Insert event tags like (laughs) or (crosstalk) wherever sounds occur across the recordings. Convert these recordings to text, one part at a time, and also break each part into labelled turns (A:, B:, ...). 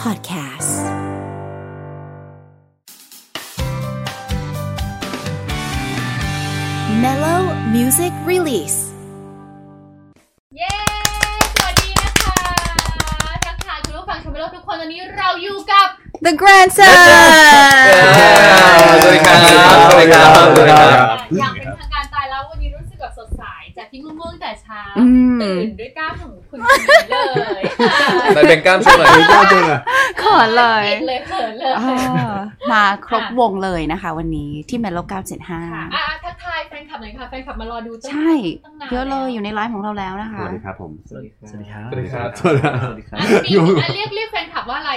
A: Podcast Mellow Music Release
B: เย้ สวัสดีนะคะทักทายคุณผู้ฟังชมรอบทุกคนวันนี้เราอยู่กับ
A: The Grandson
C: สวัสดีครับสวัสดีครับสวัสดีครับ
B: อย่างเป็นทางการตายแล้ววันนี้รู้สึกแบบสดใสจากที่ง่วงๆแต่เช้า
A: อืม
B: ตื่นด้วยกล้ามของคุณคนนี้เลย
C: มันเป็นกล้ามโชว์หน่อย
D: ยอดเลยอ่ะ
A: ขอเลย
B: ติดเลยเขินเลย
A: อ่า (laughs) มาครบวงเลยนะคะวันนี้ที่ Mellow
B: ค่ะ
A: 975
B: อ่ะทักทายแฟนคลับหน่อยค่ะ แฟนคลับมารอดูตั้ง
A: ใช่
B: ตั้งนาน
A: เยอะเลยอยู่ในไลฟ์ของเราแล้วนะ
D: ส
A: คะ
D: วัสดีครับผม
E: สวัสดีครับ สวัสดีครับ
C: สวัสดีครับ
D: สวัสดีครับ
E: สวัสดีครั
B: อ่ะมี
E: บ
A: (laughs)
B: อ่ะเรียกเรียกแฟนคลับว่าอะไร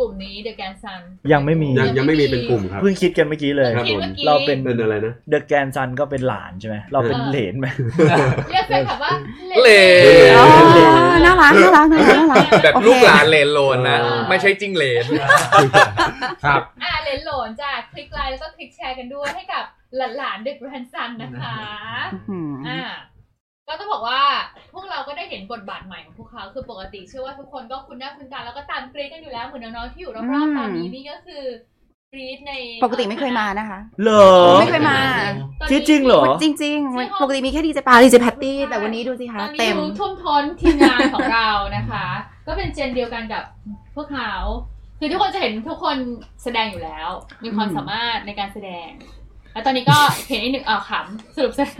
B: กลุ่มนี้ The Grand Sun
E: ยังไม่มี
D: ยังยังไม่มีเป็นกลุ่มครับ
E: เพิ่งคิดกันเมื่อกี้เลย
D: ครับ
B: คิดเมื่อกี้
E: เราเป็น
D: เป็นอะไรนะ
E: เดอะแกนซันก็เป็นหลานใช่ไหม เราเป็นเหลนไหม
B: เรียกแฟนคลับว่า
C: เหล
D: น
A: อ๋อ น่ารัก น่ารักน่ารักน่ารัก
C: แบบ
A: โอเค
C: ลูกหลานเลนโลนนะ
D: เออ
C: ไม่ใช่จิ้งเหลน
D: ครับ
B: อ่ะเลนโหลนจ้ะคลิกไลน์แล้วก็คลิกแชร์กันด้วยให้กับหลานๆ The Grand Sun นะคะ
A: อืม
B: อ่าก็ต้องบอกว่าพวกเราก็ได้เห็นบทบาทใหม่ของพวกเขาคือปกติเชื่อว่าทุกคนก็คุ้นหน้าคุ้นตาแล้วก็ตามกรีดกันอยู่แล้วเหมือนน้องๆที่อยู่รอบๆตอนนี้นี่ก็คือกรีดใน
A: ปกติไม่เคยมานะคะ
E: เหรอ
A: ไม่เคยมา
B: ตอน
E: จ
B: นี้
E: ริงๆเหรอ
A: จริงจริงๆปกติมีแค่ดีเจปาดีเจแพตตี้
B: ใช่
A: แต่วันนี้ดูสิ
B: ต
A: คะ
B: อนนี้
A: เต็ม
B: อยู่ทุ่วมท้นทีมงานของเรานะคะ
A: (laughs)
B: ก็เป็นเจนเดียวกันกับพวกเขาคือทุกคนจะเห็นทุกคนแสดงอยู่แล้ว มีความ
A: อืม
B: สามารถในการแสดงแล้วตอนนี้ก็เห็นอีกหนึ่งอ่าวขำสรุป
A: (laughs)
B: สรุป
E: เ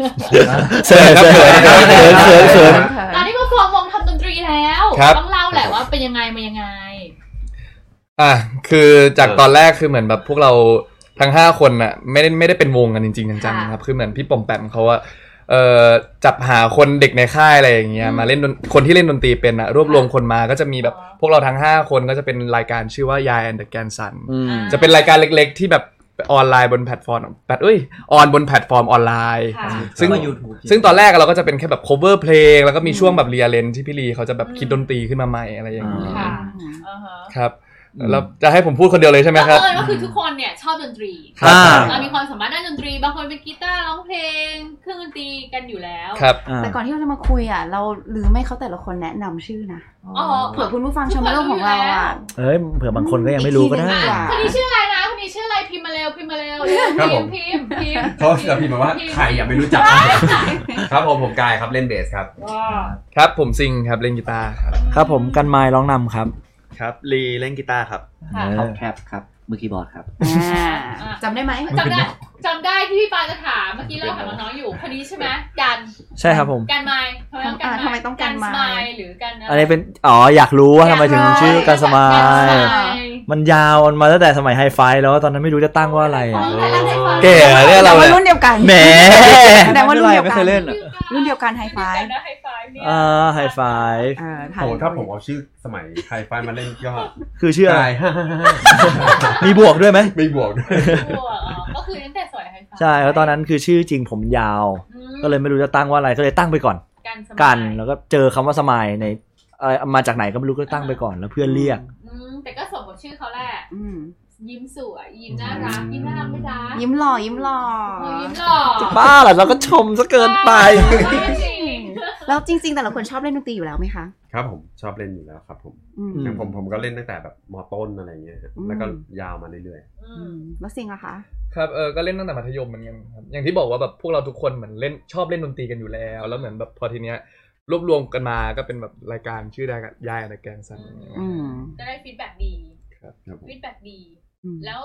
E: ขินเขินเขินเขินเขิน
B: ตอนนี้ก็ฟอร์มวงทำดนตรีแล้ว
C: ครับ
B: ต้องเล่าแหละว่าเป็นยังไงมายังไง
C: อ่ะ คือจากตอนแรกคือเหมือนแบบพวกเราทั้งห้าคนน่ะไม่ได้ไม่ได้เป็นวงกันจริงๆจังๆครับ คือเหมือนพี่ปอมแปมเขาว่าเอ่อจับหาคนเด็กในค่ายอะไรอย่างเงี้ย
B: อืม
C: มาเล่นดนคนที่เล่นดนตรีเป็นอะรวบรวมคนมาก็จะมีแบบ
B: อ๋อ
C: พวกเราทั้งห้าคนก็จะเป็นรายการชื่อว่ายายแอนเดอะแกนซัน
E: อืม
C: จะเป็นรายการเล็กๆ ที่แบบออนไลน์บนแพลตฟอร์มแพลตเอ้ยออนบนแพลตฟอร์มออนไลน์
B: ค่ะ
C: ซึ่ง
E: แล้วก็ YouTube
C: ซึ่งตอนแรกเราก็จะเป็นแค่แบบ cover เพลง แล้วก็มีช่วงแบบเรียเลนที่พี่ลีเขาจะแบบคิดดนตรีขึ้นมาใหม่อะไรอย่างนี้
B: ค่ะ
A: อืม
B: อ่าฮะ
C: ครับแล้วจะให้ผมพูดคนเดียวเลยใช่ไหมครับ
B: ก็เออก็คือทุกคนเนี่ยชอบดนตรี
C: ครับ
B: เออมีความสามารถด้านดนตรี บางคนเป็นกีตาร์ร้องเพลง เครื่องดนตรีกันอยู่แล้ว
C: ครับ
A: แต่ก่อนที่เราจะมาคุยอ่ะ เราลืมให้เขาแต่ละคนแนะนำชื่อนะ
B: อ๋อ
A: เผื่อคุณผู้ฟังชมโลกของเราอ่ะ
E: เอ้ย เผื่อบางคนก็ยังไม่รู้ก็ได้
A: อีกทีหนึ่ง
B: อ่ะคนนี้ชื่ออะไรนะคนนี้ชื่ออะไรพิมพ์มาเร็วพิมพ์มาเร็วเร็ว
D: ครับผม
B: พิมพ์พิมพ์
D: เขาจะพิมพ์มาว่าใครอ่ะไม่รู้จัก ครับผมผมกายครับเล่นเบสครับ
B: ว้าว
C: ครับผมซิงครับเล่นกีตาร์ครับ
E: ครับผมกันไม้ร้องนำครับ
C: ครับลีเล่นกีตาร์ครับ
B: ค่ะ
E: เออ
F: ท็อปแคปครับ มือคีย์บอร์ดครับ
A: อ่าจำได้ไหม
B: จำได้จำได้ที่พี่ปานจะถามเมื่อกี้เราถามน้องๆอยู่คนนี้ใช่ไหมกัน
E: ใช่ครับผม
B: กันไมล์ทำไมต้องกัน
A: อ่า
B: ไมล์
A: ทำไมต้องการ
B: น
A: มา
B: สไมล์หรือกันอะไร
E: อันนี้เป็น อ๋อ อยากรู้ว่าทำไมถึงชื่อกันสมาย มันยาวมันมาตั้งแต่สมัยไฮไฟแล้ว ตอนนั้นไม่รู้จะตั้งว่าอะไร
B: อ๋อ
E: อะ
B: แต่ละไฮไฟ
C: เก๋อะเนี่ยเรา
A: แต่ว่า
C: เนี่ย
A: รุ่นเดียวกัน
E: แหม
A: แสดงว่ารุ่นเดียวกัน
E: ไม่เคยเล่นอะ
A: รุ่นเดียวกันไฮไฟ
B: รุ่นเดียวกันนะไฮไฟเนี่ย
E: อ่าไฮไฟ
A: เออถ่าย
D: โอ้ถ้าผมเอาชื่อสมัยไฮไฟมาเล่นก็
E: คือชื่ออะไร
D: กายฮ่าฮ่าฮ่า
E: มีบวกด้วยไหม
D: ไม่บวกด้วย
B: บวกอ๋อก็คือตั้งแต่สวยไฮไฟ
E: ใช่แล้วตอนนั้นคือชื่อจริงผมยาว
B: อืม
E: ก็เลยไม่รู้จะตั้งว่าอะไรก็เลยตั้งไปก่อน
B: กันสมัย
E: กันแล้วก็เจอคำว่าสมัยในเอ่อมาจากไหนก็ไม่รู้ก็ตั้งไปก่อนแล้วเพื่อนเรียก
B: อืมแต่ก็สมกับชื่อเขาแหละ
A: อืม
B: ยิ้มสวย ยิ้มน่ารัก ยิ้มน่ารักไหมจ๊ะ
A: ยิ้มหล่อยิ้มหล่อ
B: โอ้ยิ้มหล่อ
E: บ้าเหรอเราก็ชมซะเกินไป
B: ไม่จริง
A: แล้วจริง ๆ แต่ละคนชอบเล่นดนตรีอยู่แล้วไหมคะ
D: ครับผมชอบเล่นอยู่แล้วครับผม
A: อืม
D: อย่างผมผมก็เล่นตั้งแต่แบบมต้นอะไรเงี้ย
A: อืม
D: แล้วก็ยาวมาเรื่อย
B: อื
A: อื
B: ม
A: มแล้วซิงล่ะคะ
C: ครับเออก็เล่นตั้งแต่มัธยมเหมือนกันครับอย่างที่บอกว่าแบบพวกเราทุกคนเหมือนเล่นชอบเล่นดนตรีกันอยู่แล้ว แล้วเหมือนแบบพอทีเนี้ยรวบรวมกันมาก็เป็นแบบรายการชื่อรายการยายแอนเดอะแกนซันอย่างเงี้ย
A: อืม
B: จะได้ฟีดแบ็กดี
D: ๆครับผม
B: ฟีดแบ็กดี
A: อืม
B: แล้ว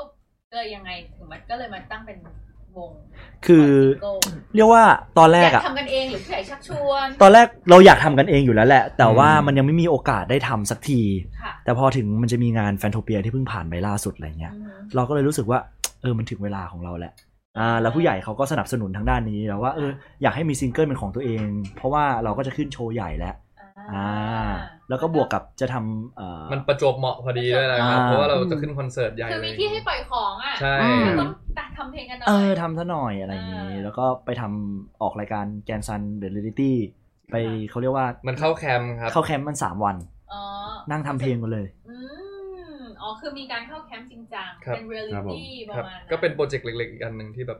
B: เลยยังไงถึงมันก็เลยมาตั้งเป็นวง
E: คือ
B: โก
E: เรียกว่าตอนแร
B: อยาก ก
E: อะ
B: ทำกันเองหรือผู้ใหญ่ชักชวน
E: ตอนแรกเราอยากทำกันเองอยู่แล้วแหละ แต่ว่า
C: อืม
E: มันยังไม่มีโอกาสได้ทำสักที
B: ค่ะ
E: แต่พอถึงมันจะมีงานแฟนโทเปียที่เพิ่งผ่านไปล่าสุดอะไรเงี้ย
B: อืม
E: เราก็เลยรู้สึกว่า เออมันถึงเวลาของเราแหละอ่าแล้วผู้ใหญ่เขาก็สนับสนุนทางด้านนี้แล้วว่าเอออยากให้มีซิงเกิลเป็นของตัวเอง เพราะว่าเราก็จะขึ้นโชว์ใหญ่แล้ว อ่า แล้วก็บวกกับจะทำเอ่อ
C: มันประจวบเหมาะพอดีด้วยนะครับ
E: อ่า
C: เพราะว่าเราจะขึ้นคอนเสิร์ตใหญ่
B: คือ
C: เล
B: มี
C: ย
B: ที่ให้ปล่อยของอ่ะ
C: ใช่
A: อืม
B: ต้องตัดทำเพลงกันหน่อย
E: เออทำซะหน่อยอะไรอย่างนี้
B: อ่า
E: แล้วก็ไปทำออกรายการแกนซันเดอะลิลิตี้ไปเขาเรียกว่า
C: มันเข้าแคมป์ครับ
E: เข้าแคมป์มัน 3 วัน
B: อ๋อ
E: นั่งทำเพลงกันเลย
B: อืมอ๋อ คือมีการเข้าแคมป์จริงจัง
C: ครับ
B: เป็นเรียลลิตี้ประ
C: ครับ
B: มาณ
C: ก็เป็นโปรเจกต์เล็กๆอีกอันหนึ่งที่แบบ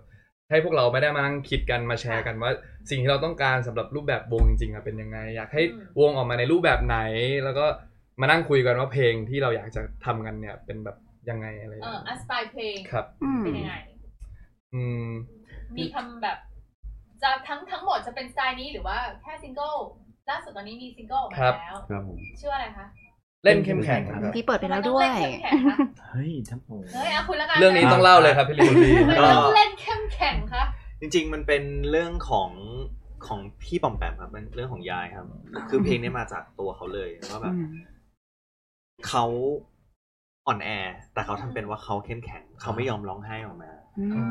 C: ให้พวกเราไม่ได้มานั่งคิดกันมาแชร์กันว่า สิ่งที่เราต้องการสำหรับรูปแบบวงจริงๆอะเป็นยังไง อยากให้วงออกมาในรูปแบบไหน แล้วก็ มานั่งคุยกันว่าเพลงที่เราอยากจะทำกันเนี่ยเป็นแบบยังไงอะไรอย่าง
B: เออ
C: เงี้ย
B: อัสไตล์เพลง
C: ครับ
A: อืม
B: เป็นยังไง
C: อืม
B: มีทำแบบจะทั้งทั้งหมดจะเป็นสไตล์นี้หรือว่าแค่ซิงเกิลล่าสุดตอนนี้มีซิงเกิลออก
C: ครั
B: มา
C: บ
B: แล้ว
D: ครับผม
B: ชื่ออะไรคะ
C: เล่นเข้มแข็งครับ
A: พี่เปิดไปแล้วด้วย
B: ทำไมต้องเล่นเข้มแข็ง
C: (laughs)
B: คะ
E: เฮ้ยทั้งโอ้
B: เฮ้ยเอาคุณละกัน
C: เรื่องนี้ต้องเล่าเลยครับพี่ลิ
D: คุ
C: น
D: ณลี
B: ทำไม
G: ก็
B: ต้องเล่นเข้มแข็งคะ
G: จริงๆ มันเป็นเรื่องของของพี่ปอมแปมครับมันเรื่องของยายครับ คือเพลงนี้มาจากตัวเขาเลยว่าแบบเขาอ่อนแอ แต่เขาทำเป็นว่าเขาเข้มแข็ง เขาไม่ยอมร้องไห้ออกมา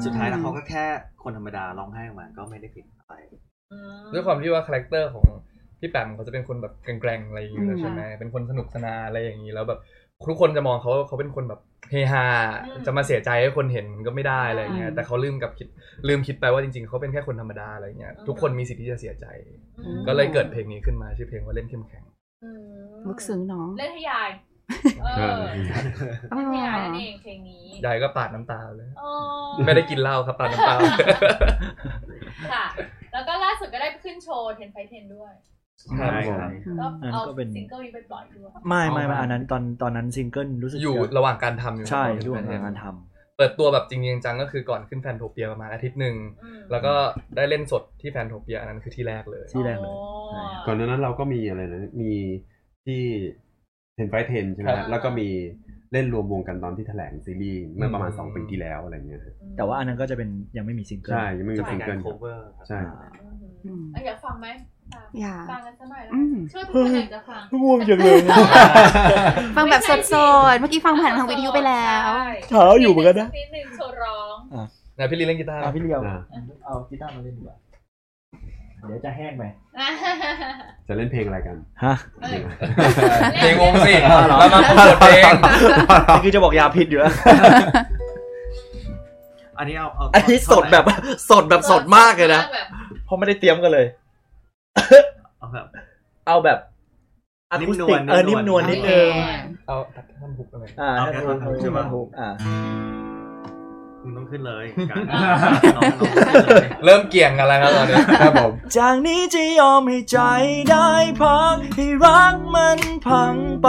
G: สุดท้ายแล้วเขาก็แค่คนธรรมดาร้องไห้ออกมา ก็ไม่ได้ผิดอะไร
B: อืม
C: ด้วยความที่ว่าคาแรคเตอร์ของพี่แปมเขาจะเป็นคนแบบแกร่งๆอะไรอย่างนี้อยู่แล้ว
B: อืม
C: ใช่ไหมเป็นคนสนุกสนานอะไรอย่างนี้แล้วแบบทุกคนจะมองเขาเขาเป็นคนแบบเฮฮา
B: อืม
C: จะมาเสียใจให้คนเห็นมันก็ไม่ได้อะไรอย่างเงี้
A: อื
C: ย
A: ม
C: แต่เขาลืมกับคิดลืมคิดไปว่าจริงๆเขาเป็นแค่คนธรรมดาอะไรอย่างเงี้ย
B: อืม
C: ทุกคนมีสิทธิ์ที่จะเสียใจ
B: อืม
C: ก็เลยเกิดเพลงนี้ขึ้นมาชื่อเพลงว่าเล่นเข้มแข็ง
B: อืม
A: ลึกซึ้งเนาะ
B: เล่นให้ยายเอ
D: เอ
B: อ
D: อ
B: เล่นให้ยายนั่นเองเพลงนี้
C: ยายก็ปาดน้ำตา (laughs) เลย
B: อ๋อ
C: ไม่ได้กินเหล้าครับปาดน้ำตา
B: ค่ะ แล้วก็ล่าสุดก็ได้ขึ้นโชว์เทนไฟเทนด้วย
C: ครับ
A: อืม
B: ก็เอา
E: อันนั้นก็เป็น
B: ซิงเกิลนี้ไปปล่อยด้วย
E: ไม่ไม่
C: เอามา
E: ไม่อันนั้นตอนตอนนั้นซิงเกิลรู้สึก
C: อยู่
E: จ
C: ระหว่างการทำอยู่
E: ใช่
C: ครับ
E: อยู่ระหว่างการท
C: เปิดตัวแบบจริงๆจังๆก็คือก่อนขึ้นแฟนโทเปียประมาณอาทิตย์หนึ่ง
B: อืม
C: แล้วก็ได้เล่นสดที่แฟนโทเปียอันนั้นคือที่แรกเลย
E: ำที่แรกเลย
B: โอ้
D: ก่อนหนานั้นเราก็มีอะไรนะ มีที่เทนไฟเทนใช่ไหม
C: ครั
D: ฮะ
C: บ
D: แล้วก็มีเล่นรวมวงกันตอนที่แถลงซีรีส์เมื่อประมาณ
C: อืม
D: สองปีที่แล้วอะไรเงี้ยฮะ
E: แต่ว่าอันนั้นก็จะเป็นยังไม่มีซิงเกิล
D: ใช่ ยังไม่มี
G: จะเป็
D: ซิ
G: น
D: ง
G: กา
D: เกิ
G: ร
D: ลครับ
G: cover ครับ
D: ใช่
E: อ่า
A: อืม
B: เอ้ยอยากฟังไหม
A: อย่า
B: ฟังกันสักหน่อยแล้ว
A: อืม
B: ช่วยทุกคนอยากจะฟัง
E: ง่วงจังเลย
A: ฟังแบบสดๆ เมื่อกี้ฟังผ่านทางวิทยุไปแล้ว
B: ใช่
E: เช้าอยู่เหมือนกันนะ
B: นิดนึงโชว์ร้อง
C: ไหนพี่ลีเล่นกีตาร์
E: อ่ะพี่เลียว
D: อ่ะ
E: เอากีตาร์มาเล่นดีกว่าเดี๋ยวจะแห้งไป
D: จะเล่นเพลงอะไรกัน
E: ฮะ
B: เอ้ย
C: เพลงวงสิแล้วมาเปิดเพลง
E: คือจะบอกยาพิษอยู่แล้ว
G: อันนี้เอาเอา
E: อันนี้สดแบบสดแบบสดมากเลยนะ
B: แบบ
E: เพราะไม่ได้เตรียมกันเลย
G: เอาแบบ
E: เอาแบบอะคูสติก
G: นิ่มนวล
E: เออนิ่มนวลนิดนึง
C: เอาตัดท่อนฮุกอะไร
E: อ่า
G: เอา
E: ถ้า
G: แค่
E: ถูก
G: ท่อนฮุกใช่ไหม
E: ถูกอ่า
G: มึงต้องขึ้นเลยการน้องๆขึ้นเลย
C: เริ่มเกี่ยงกันแล้วครับตอนนี้ครับผม
E: จากนี้จะยอมให้ใจได้พักให้รักมันพังไป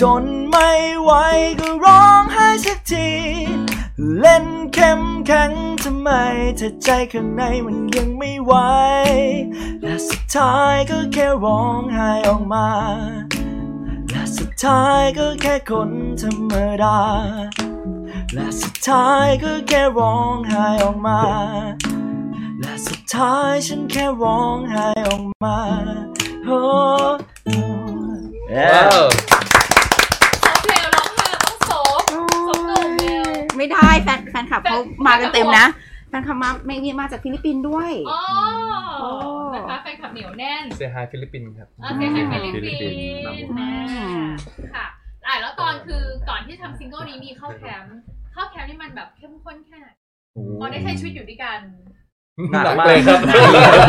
E: จนไม่ไหวก็ร้องไห้สักที เล่นเข้มแข็งทำไมถ้าใจข้างในมันยังไม่ไหว และสุดท้ายก็แค่ร้องไห้ออกมา และสุดท้ายก็แค่คนธรรมดา และสุดท้ายก็แค่ร้องไห้ออกมา และสุดท้ายฉันแค่ร้องไห้ออกมาโอ้เอ้
C: ว้า
E: อ
C: ว
B: ร้องเพลงร้องเพลงต้องโซฟ สมกับเบล
A: ไม่ได้แฟนแฟนคลับเขา
B: แฟน
A: มากันเต็มนะ แฟนคลับมาไม่มีมาจากฟิลิปปินส์ด้วย
B: อ๋อ
A: โอ้
B: นะคะแฟนคลับเหนียวแน่น
C: เซฮายฟิลิปปินส์ครับ
B: โอเคค่ะฟิลิปปิน
D: ฟิลิปปินส์ครับผ
B: ส์
D: ม
B: นะค่ะอ่ะ แล้วตอนคือก่อนที่ทำซิงเกิลนี้มีเข้าแคมป์เข้าแคมป์นี่มันแบบเข้มข้นแค่ไหนพอได้ใช้ชีวิตอยู่ด้วยกัน
E: หนักมาก
C: เลยครับ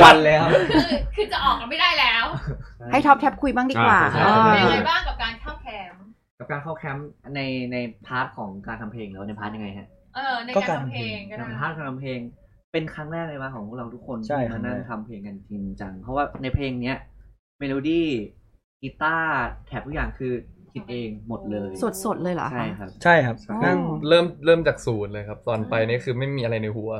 E: วันเลยครับ
B: คือคือจะออกกันไม่ได้แล้ว
A: ให้ท็อปแท็บคุยบ้างดีกว่า
D: อ่า
A: เออ
D: ใช่
B: เป็นยังไงบ้างกับการเข้าแคมป์
F: กับการเข้าแคมป์ในในพาร์ทของการทำเพลงแล้วในพาร์ทยังไงฮะ
B: เออใน
E: ก็
B: การ
E: การ
B: ทำเพลงก็
F: ใน
B: ได้
F: พาร์ทการทำเพลงเป็นครั้งแรกเลยว่าของพวกเราทุกคน
E: ใช่
F: ที่มานั่งทำเพลงกันจริงจังเพราะว่าในเพลงเนี้ยเมโลดี้กีตาร์แถบทุกอย่างคือคิดเองหมดเลย
A: สดๆเลยเหรอคะ
F: ใช่ครับ
E: ใช่ครับ
A: อ๋อ
C: นั่งเริ่มเริ่มจากศูนย์เลยครับ ตอนไปนี่คือไม่มีอะไรในหัว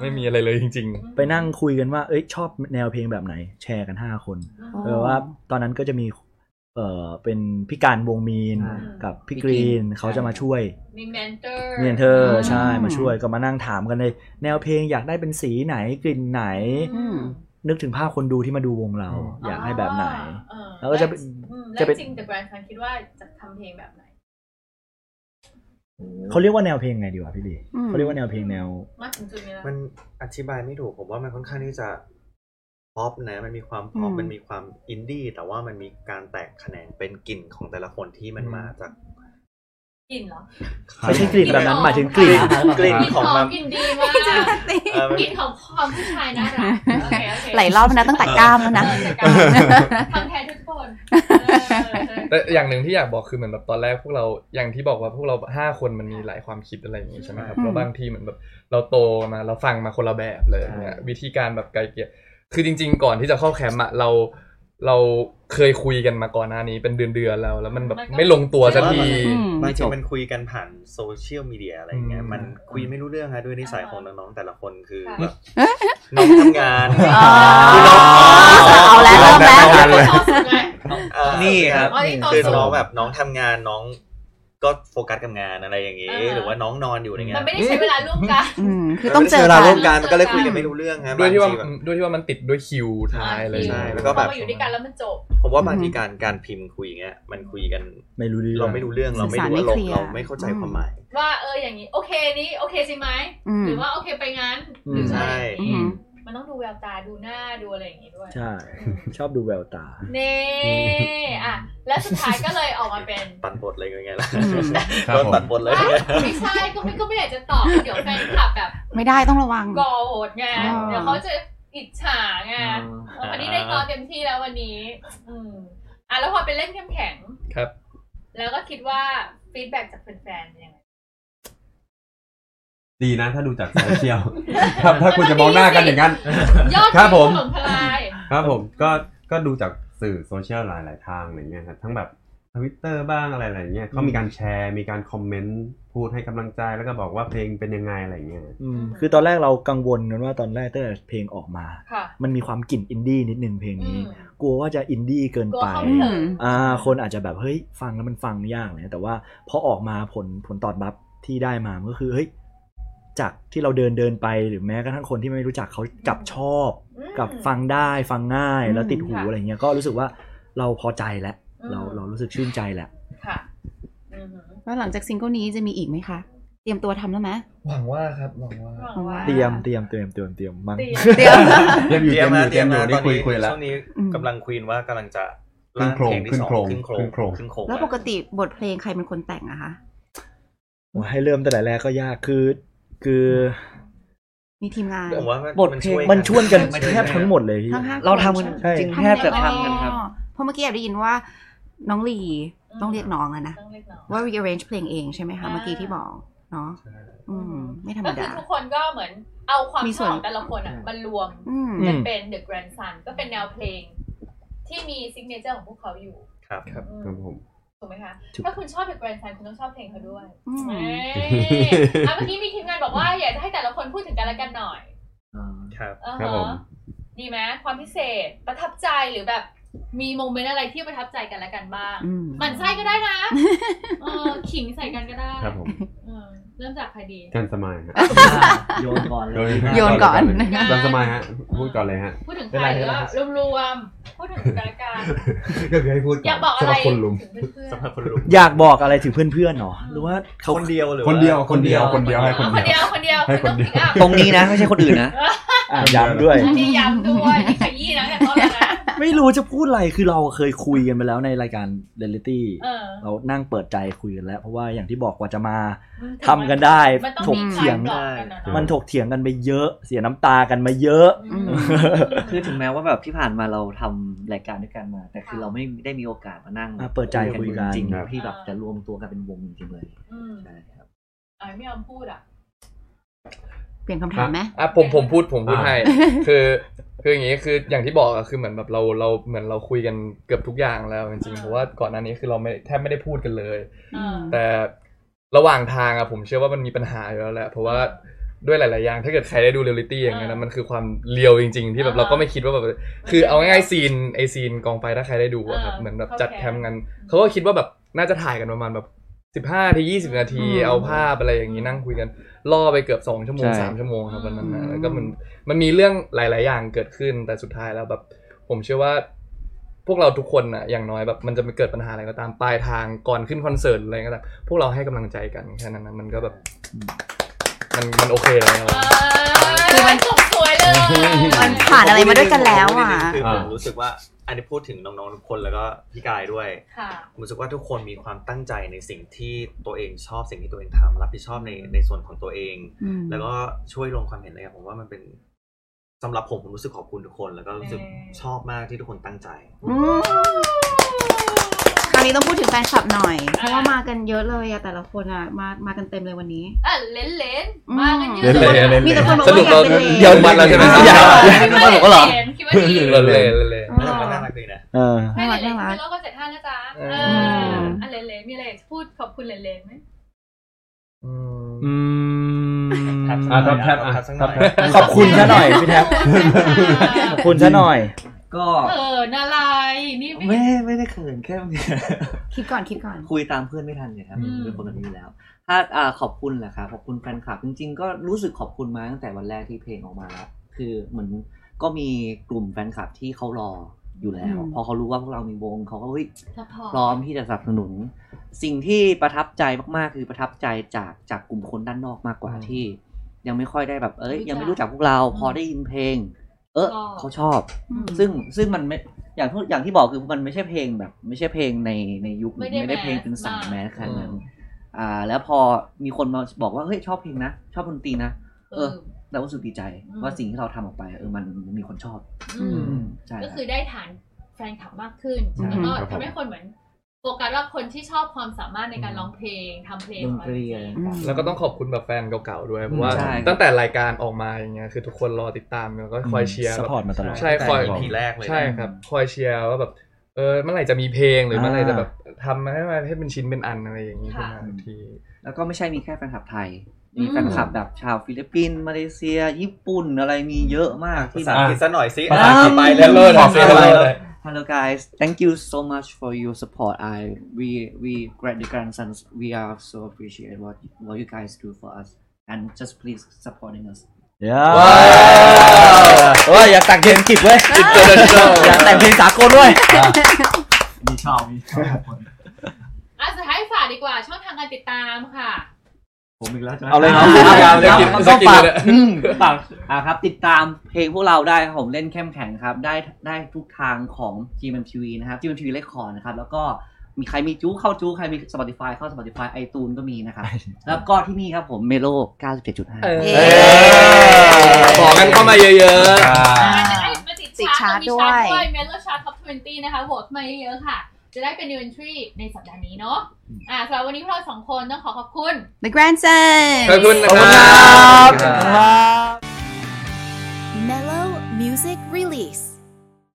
C: ไม่มีอะไรเลยจริง
E: ไปนั่งคุยกันว่า เอ้ย ชอบแนวเพลงแบบไหน แชร์กันห้าคน
B: อืม
E: เออว่าตอนนั้นก็จะมี เออเป็นพี่การวงมีน
F: อ่า
E: กับพี่
F: พี่
E: กรี
F: กรี
E: น
F: น
E: เขาจะมาช่วย
B: มีเมนเตอร์
E: เนี่ยเธออ
A: ม
E: ใช่มาช่วยก็มานั่งถามกันเลย แนวเพลงอยากได้เป็นสีไหนกลิ่นไหน
A: อืม
E: นึกถึงภาพคนดูที่มาดูวงเรา อยากให้แบบไหน แล้วก็จะเป็น
B: จะ
E: จะเป็
B: เป็น
E: น
B: จริงแต่แบรนด์ฟันคิดว่าจะทำเพลงแบบไหน
E: เขาเรียกว่าแนวเพลงไงดีวะพี่ลี
A: อืม
E: เขาเรียกว่าแนวเพลงแนว
B: มาถึงจุดนี้แล้ว
G: มันอธิบายไม่ถูกผมว่ามันค่อนข้างที่จะพอปนะ มันมีความพอป
A: อืม
G: มันมีความอินดี้แต่ว่ามันมีการแตกแขนงเป็นกลิ่นของแต่ละคนที่มัน
C: อืม
G: มา
B: (laughs)
G: จาก
B: กลิ่นเหรอ
E: ไม่ใช่กลิ่นแบบนั้นหมายถึงกลิ่น
G: กลิ่นของมัน
B: กลิ่นดีมาก
A: จริงๆติ
G: เออมัน
B: กลิ่นของความผู้ชายน่ารักโอเคโอเค
A: หลายรอบนะตั้งแต่กล้ามแล้วนะ
B: เออจัดการทำแทนทุกคนเออ
C: ๆ แต่อย่างหนึ่งที่อยากบอกคือเหมือนแบบตอนแรกพวกเราอย่างที่บอกว่าพวกเราห้าคนมันมีหลายความคิดอะไรอย่างงี้ใช่ไหมครับ
A: อืม
C: แล้วบางทีเหมือนแบบเราโตมาเราฟังมาคนละแบบเลยเนี่ยวิธีการแบบไกลเกลี่ยคือจริง ๆ ก่อนที่จะเข้าแคมป์อะเรา เราเคยคุยกันมาก่อนหน้านี้เป็นเดือนๆแล้ว แล้วมันแบบ
B: มันก็
C: ไม่ลงตัวสักที
A: อืม
G: บางทีมันคุยกันผ่านโซเชียลมีเดียอะไรอย่างเงี้ย
C: อืม
G: มันคุยไม่รู้เรื่องฮะด้วยนิสัยของน้องๆแต่ละคนคือ
B: ค่ะ
G: แบบน้องทำงาน
A: อ๋อ
G: คือน้อง
A: เอาแล้วเริ่มแล้ว
C: ทำงานเลย
B: ชอบสุดไหม
G: เอ่อ
F: นี่ครับ
B: อ๋อนี่ตอน
G: คือ
B: ส
G: น้อง
B: ด
G: แบบน้องทำงานน้องก็โฟกัสกับงานอะไรอย่างเงี้ย
B: อ่า
G: หรือว่าน้องนอนอยู่อย่างเงี้
B: มัน
G: ย
B: ไม่ได้ใช้เวลาร่วมกัน
A: อืมคือต้องเจอ
G: วลา
A: กัน
G: ร่วมกันมันก็เลย
B: เจอกัน
G: คุยกันไม่รู้เรื่องฮะ
C: ด้วยที่ว่า
G: บงแบบ
C: ด้วยที่ว่ามันติดด้วยคิวท้ายอะไร
G: ใช่
C: อย่างเงี้ย
G: แล้วก็แบบ
B: พอมาอยู่ด้วยกันแล้วมันจบ
G: ผมว่าบาง
A: อืม
G: ทีการการพิมพ์คุยอย่างเงี้ยมันคุยกัน
E: ไม่รู้
G: เราไม่รู้เรื่องเราไม่
A: สื่อสาร
G: รู้อารม
A: ไม่
G: ณ์
A: เคลียร์
G: เราไม่เข้าใจความหมาย
B: ว่าเอออย่างนี้โอเคนี้โอเคใช่ไหม
A: อืม
B: หรือว่าโอเคไปงั้นหรือ
G: ใช่
B: อะไรอย่างงี้
A: อืม
B: มันต้องดูแววตาดูหน้าดูอะไรอย่างงี้ด้วย
E: ใช่ ชอบดูแววตา
B: เน่อ่ะแล้วสุดท้ายก็เลยออกมาเป็น
G: ปันบทเลยยังไงล่ะ
A: อืม
D: ครับ
G: โด
D: ผม
G: นปันบทเลย
B: ว่าไม่ใช่ก็ไม่ก็ไม่อยากจะตอบเดี๋ยวแฟนคลับแบบ
A: ไม่ได้ต้องระวัง
B: กอโหดไง
A: อ๋อ
B: เดี๋ยวเขาจะอิจฉาไง
F: อ่า
B: เออวันนี้ได้กอเต็มที่แล้ววันนี้ อืมอ่ะแล้วพอไปเล่นเข้มแข็ง
C: ครับ
B: แล้วก็คิดว่าฟีดแบ็จากแฟนๆเป็นยังไง
D: ดีนะถ้าดูจากโซเชียลครับถ้าคุณจะมองหน้ากันอย่างนั้น
B: ยอด
D: ครับผม
B: ถล่มทลาย
D: ครับผมก็ก็ดูจากสื่อโซเชียลหลาย ๆ ทางอะไรเงี้ยครับทั้งแบบทวิตเตอร์บ้างอะไรอะไรเงี้ยเขามีการแชร์มีการคอมเมนต์พูดให้กำลังใจแล้วก็บอกว่าเพลงเป็นยังไงอะไรเงี้ย
E: อืมคือตอนแรกเรากังวลกันว่าตอนแรกตั้งแต่เพลงออกมา
B: ค่ะ
E: มันมีความกลิ่นอินดี้นิดนึงเพลง
B: อื
E: นี้
B: ม
E: กลัวว่าจะอินดี้เกิน
B: กลัว
E: ไป
B: เขาไม่ถึง
E: อ่าคนอาจจะแบบเฮ้ยฟังแล้วมันฟังยากนะแต่ว่าพอออกมาผลผลตอบรับที่ได้มาก็คือเฮ้ยจากที่เราเดินเดินไปหรือแม้กระทั่งคนที่ไม่รู้จักเขากลับชอบ
B: อืม
E: กลับฟังได้ฟังง่าย
A: อืม
E: แล้วติดหู
B: ค่ะ
E: อะไรเงี้ยก็รู้สึกว่าเราพอใจแล้ว
B: อืม
E: เราเรารู้สึกชื่นใจแหละ
B: ค่ะอือหือ
A: แล้วหลังจากซิงเกิลนี้จะมีอีกไหมคะ เตรียมตัวทำแล้วไหม
C: หวังว่าครับหวังว่า
B: หวังว่า
E: เตรียมเตรียมเตรียมเตรียมเตรียมมั้ง
B: เตรียม
A: เตรียม
D: เตรียมอยู่เตรียมอยู่
G: นะ
D: เตรียมอยู่
G: นะ
D: นี่คุยคุยแล้ว
G: ช่วงนี้
A: อืม
G: กำลังคุยว่ากำลังจะ
D: ขึ้นโครง
G: ร่าเพลที่สอ
D: ขึ้
G: ขึ้
D: น
G: น
D: โค
G: โค
D: รง
G: รงขึ้นโครง
A: แล้วปกติบทเพลงใครเป็นคนแต่งอะคะ
E: โอ้ให้เริ่มตั้งแต่แรกก็ยากคือคือ
A: มีทีมงาน
G: ผมว่ามัน
E: บทเพลง
G: ช่วย
E: มันชวนกัน
G: มั
E: แทบทั้งหมดเลยพี่
A: ทั้งห้าคน
F: เราทำกัน
A: ใช่ไหม
F: จริง
A: ทำ
F: แทบจะ
A: ยังไง
F: ทำกันครับ
A: อ๋อเพราะเมื่อกี้แอบได้ยินว่า น้องหลี
B: อืม
A: ต้องเรียกน้องอะนะ
B: ต้องเรียกน้อง
A: ว่า rearrange เพลงเองใช่ไหมคะ
B: อ่า
A: เมื่อกี้ที่บอกเนาะอืม ไม่ธรรม
B: ก็คื
A: ดา
B: อทุกคนก็เหมือนเอาความ
A: มี
B: ช
A: ส่ว
B: อ
A: น
B: บของแต่ละคนอ่ะมารวม
A: อืม
E: อื
B: จะ
E: ม
B: เป็น The Grand Sun ก็เป็นแนวเพลง ที่มีซิกเนเจอร์ของพวกเขาอยู่
G: ครับ
C: ครับ
B: อืม
D: ครับผม
B: ถูกไหมคะ
E: ถูก
B: ถ้าคุณชอบ The Grand Sun คุณต้องชอบเพลงเขาด้วย
A: อืม (laughs)
B: เอ้ยอ่ะเมื่อกี้มีทีมงานบอกว่าอยากจะให้แต่ละคนพูดถึงกันและกันหน่อย
G: ครับ
B: อ่า
D: ครับ
B: ฮะ
D: ผม
B: ดีไหมความพิเศษประทับใจหรือแบบมีโมเมนต์อะไรที่ประทับใจกันและกันบ้าง
A: อืม
B: หมันไส้ก็ได้
A: (laughs)
B: นะเออขิงใส่กันก็ได้
D: ครับ (laughs) ผม
B: เออเริ่มจากใครดี
D: กันสมายฮะ
F: โยนก่อนเลย
A: โยนก่อน
D: กันสมายฮะพูดก่อนเลยฮะ
B: พูดถึงใครหรือว่ารวมๆพูดถึงกันและกัน
D: (laughs) ก็คือให้พูด
B: อยากบอกอะไร
D: คนลุม
B: ถึงเพื่อน
G: สำหรับคนลุง
E: อยากบอกอะไรถึงเพื่อนๆเนาะหรือว่าเขา
G: คนเดียวหรือ
D: คนเดียว
G: า
D: คนเดียวคนเดียวให้
B: ๆคนเดียวคนเดียว
D: ให้
B: คุณ
D: คน
B: ต้อง
D: เดี
B: พิ
D: ยว
B: กอัพ
F: ตรงนี้นะ ไม่ใช่คนอื่นนะ
E: อ่ะย้ำด้วย
B: อันนี้ย้ำด้วยนี่ขยี้นะแต่ก็แล้วนะ
E: ไม่รู้จะพูดอะไรคือเราเคยคุยกันไปแล้วในรายการเรลิตี้
B: เออ
E: เรานั่งเปิดใจคุยกันแล้ว เพราะว่าอย่างที่บอกกว่าจะมาทำกันได้
B: มันต้อง
E: ถก
B: มี
E: เถียง
B: การบอกกันอะเนาะ
E: มันถกเถียงกันไปเยอะ เสียน้ำตากันมาเยอะ
B: อืม
F: คือถึงแม้ว่าแบบที่ผ่านมาเราทำรายการด้วยกันมา แต่คือเราไม่ได้มีโอกาสมานั่ง
E: อ่ะเปิดใจคุยกัน
F: จริง
D: ครับ
F: ๆที่แบบจะรวมตัวกันเป็นวงจริงๆเลย
B: อืม
F: ใช่ครับ
B: อ่ะไม่ยอมพูดอ่ะ
A: เปลี่ยนคำถามไหม
C: อ่ะผมผมพูดผมพูด
D: อ่า
C: ให้ (laughs) คือคืออย่างนี้คืออย่างที่บอกอะคือเหมือนแบบเราเราเหมือนเราคุยกันเกือบทุกอย่างแล้วจริงๆเพราะว่าก่อนหน้านี้คือเราไม่แทบไม่ได้พูดกันเลย
B: เออ
C: แต่ระหว่างทางอะผมเชื่อว่ามันมีปัญหาอยู่แล้วแหละเพราะว่าด้วยหลาย ๆ อย่างถ้าเกิดใครได้ดูเรียลลิตี้อย่างเงี้ยนะมันคือความเรียวจริง ๆ ที่แบบ
B: อ่า
C: เราก็ไม่คิดว่าแบบคือเอาง่ายๆซีนไอซีนกองไฟถ้าใครได้ดูอะครับ
B: อ่า
C: เหมือนแบบ
B: เข้า
C: จัด
B: ใจ
C: แคมป์กันเขาก็คิดว่าแบบน่าจะถ่ายกันประมาณแบบสิบห้าถึงยี่สิบนาที
A: อืม
C: เอาภาพอะไรอย่างนี้นั่งคุยกันล่อไปเกือบสองชั่วโมง
E: ใช่
C: สามชั่วโมงครับวันนั้นนะ
A: อืม
C: แล้วก็มันมันมีเรื่องหลาย ๆ อย่างเกิดขึ้นแต่สุดท้ายแล้วแบบ ผมเชื่อว่าพวกเราทุกคนนะอย่างน้อยแบบมันจะไม่เกิดปัญหาอะไรก็ตามปลายทางก่อนขึ้นคอนเสิร์ตอะไรก็ตามพวกเราให้กำลังใจกันแค่นั้นนะมันก็แบบ มันมันโอเคแล้ว
A: คือมัน
B: จบสวยเลย
A: มันผ่านอะไรมาด้วยกันแล้วอ่ะ
G: คือผมรู้สึกว่าอันนี้พูดถึงน้องๆทุกคนแล้วก็พี่กายด้วย
B: ค่ะ
G: ผมรู้สึกว่าทุกคนมีความตั้งใจในสิ่งที่ตัวเองชอบสิ่งที่ตัวเองทำรับผิดชอบในในส่วนของตัวเอง
A: อืม
G: แล้วก็ช่วยลงความเห็นอะไรอย่างผมว่ามันเป็นสำหรับผมผมรู้สึกขอบคุณทุกคน แล้วก็รู้สึก
B: เอ่อ
G: ชอบมากที่ทุกคนตั้งใจ
A: อืมคราวนี้ต้องพูดถึงแฟนคลับหน่อย เพราะว่ามากันเยอะเลยอะแต่ละคนอะมามากันเต็มเลยวันนี้
B: อ่ะเล่นเล่น
A: อืม
B: มากันเย
C: เล่
B: อะ
C: นเลยเล่น
A: มี
C: เล
A: แต่
C: ย
A: คนบอก
C: ส
A: ว่า
C: รุป
A: อยาก
C: เรา
A: เป็นเลน
C: เดียววันแล้วใช่ไหม
F: อย่าอย่า
B: คิ
F: ให้
B: ด
F: ทุ
B: ว่า
F: กคนบอกว่าเหรอ
B: เล่นๆคิดว่าดี
C: เล่นเลยเล่นเลย
A: อ๋อ
G: รักดีนะ
E: เออ
B: ไม่
A: น่า
B: เล
A: รัก
B: ย
A: น่ารัก
B: แล้วก็เจ็ดห้านะจ๊ะ
G: เออ
B: เอออันเลนเลนมีอะไรจะพูดขอบคุณเลนเลนไหม
G: อืม
E: อืม
G: ครับ
D: อ่ะท็อปแท็บอ่ะ
G: ท็อปสักหน่
D: ท็อย ปแท็บ
E: ข
G: อ
E: อบคุณซะหน่อยพี่แท็บขอบคุณซะหน่อย
F: ก็
B: เออน่ารักนี่ไม่
F: ไม่ไม่ได้เขิน (laughs) แค่เนี่ย
A: คิดก่อนคิดก่อน
F: คุยตามเพื่อนไม่ทันเนี่ยครับ
B: อืม
F: เป็นคนแบบนี้อยู่แล้ว ถ้าอ่าขอบคุณแหละครับขอบคุณแฟนคลับ จริง ๆ ก็รู้สึกขอบคุณมาตั้งแต่วันแรกที่เพลงออกมาแล้วคือเหมือนก็มีกลุ่มแฟนคลับที่เขารออยู่แล้ว
A: อืม
F: พอเขารู้ว่าพวกเรามีวงเขาก็เฮ้ย
B: ซัพพอ
F: พร้อ
B: ร์ต
F: มที่จะสนับสนุน สิ่งที่ประทับใจมากๆ คือประทับใจจากจากกลุ่มคนด้านนอกมากกว่า
C: อืม
F: ที่ ยังไม่ค่อยได้แบบ เอ้ยยังไม่รู้จักพวกเรา พอได้ยินเพลง เออเขาชอบ
A: อืม
F: ซึ่งซึ่งมันไม่อย่างที่อย่างที่บอกคือมันไม่ใช่เพลงแบบ ไม่ใช่เพลงในในยุคนี้ไม่ได้เพลงเป็นสายแมสขนาดนั้นอ่า แล้วพอมีคนมาบอกว่าเฮ้ยชอบเพลงนะ ชอบดนตรีนะ
B: เอ
F: เออ
B: อ
F: เรารู้สึกดีใจ
B: อืม
F: ว่าสิ่งที่เราทำออกไป เออมันมันมีคนชอบ
B: อืม
A: ม
F: อืมใช่
B: ก็
F: รับ
B: คือได้ฐานแฟนคลับมากขึ้น
F: ใช่
B: แล้วก็
D: ครับผม
B: ทำให้คนเหมือนโฟกัสว่าคนที่ชอบความสามารถในการร้องเพลงทำเพลง
F: ด
B: ข
F: น
B: องเรา
F: ตรี
B: จ
F: อะไร
B: ริง
F: ต่างๆ
C: แล้วก็ต้องขอบคุณแบบแฟนเก่าๆด้วยเพราะว่า
F: ใช่ครับ
C: ตั้งแต่รายการออกมาอย่างเงี้ยคือทุกคนรอติดตามแล้วก็คอยเชียร์
E: ซัพพอร์ตมาตลอด
C: ใช่คอย
G: EP แรกเลย
C: ใช่ครับ คอยเชียร์ว่าแบบเออเมื่อไหร่จะมีเพลงหรือเมื่อไหร่จะแบบทำให้มันให้เป็นชิ้นเป็นอันอะไรอย่างนี้ขึ้นมา
B: ค่ะ
C: ทุกที
F: แล้วก็ไม่ใช่มีแค่แฟนคลับไทย
B: อืม
F: มีแฟนคลับแบบชาวฟิลิปปินส์มาเลเซีย ญี่ปุ่นอะไรมีเยอะมาก
G: ภา
F: ที่
G: ษา
F: แบบ
G: อังกฤษซะหน่อยสิ
F: ภาษาอังกฤษ
G: ไปเลยเลย
C: ขอบคุณ
G: เลย
F: Hello guys thank you so much for your support I we we great the grandsons we are so appreciate what what you guys do for us and just please supporting us
E: เดี๋ยวเฮ้ยอยากแต่งเพลงกิบเว้ยอยากแต่งเพลงสากลด้วย
F: มีชอบมีชอบ
B: อ่ะสุดท้ายฝากดีกว่าช่องทางการติดตามค่ะ
F: ผม (laughs) อีกแล้วใช่ไหม
E: เอาเลยเนาะ
C: เอาเลยกิน
F: ต้อง
C: กิน
F: ฝาก
C: เลย
F: อืมฝากอ่าครับ ติดตามเพลงพวกเราได้ครับผมเล่นเข้มแข็งครับ ได้ได้ทุกทางของ GMMTV นะครับ GMMTV เลขคอร์นะครับ แล้วก็มีใครมีจูเข้าจูใครมี Spotify เข้า Spotify iTunes ก็มีนะครับ แล้วก็ที่นี่ครับผมเมโล
C: เออ
F: 97.5
A: เอ
F: อ
C: บอกกันเข้ามาเยอะๆ
B: มาติด
A: ติด
B: ชา
A: ชาร์
B: ร์
A: ต
B: ตมี
A: ด้
B: ชา
A: วย
B: ร์ตด้วยเมลโลชาร์ตท็อป20 นะคะโหวตมาเยอะๆค่ะ จะได้เป็น new entry ในสัปดาห์นี้เนาะอ่าสำหรับวันนี้พวกเราสองคนต้องขอขอบคุณ
A: The Grandson
C: ขอบคุณนะครั
E: ขอบคุณครับ บขอบคุณครับ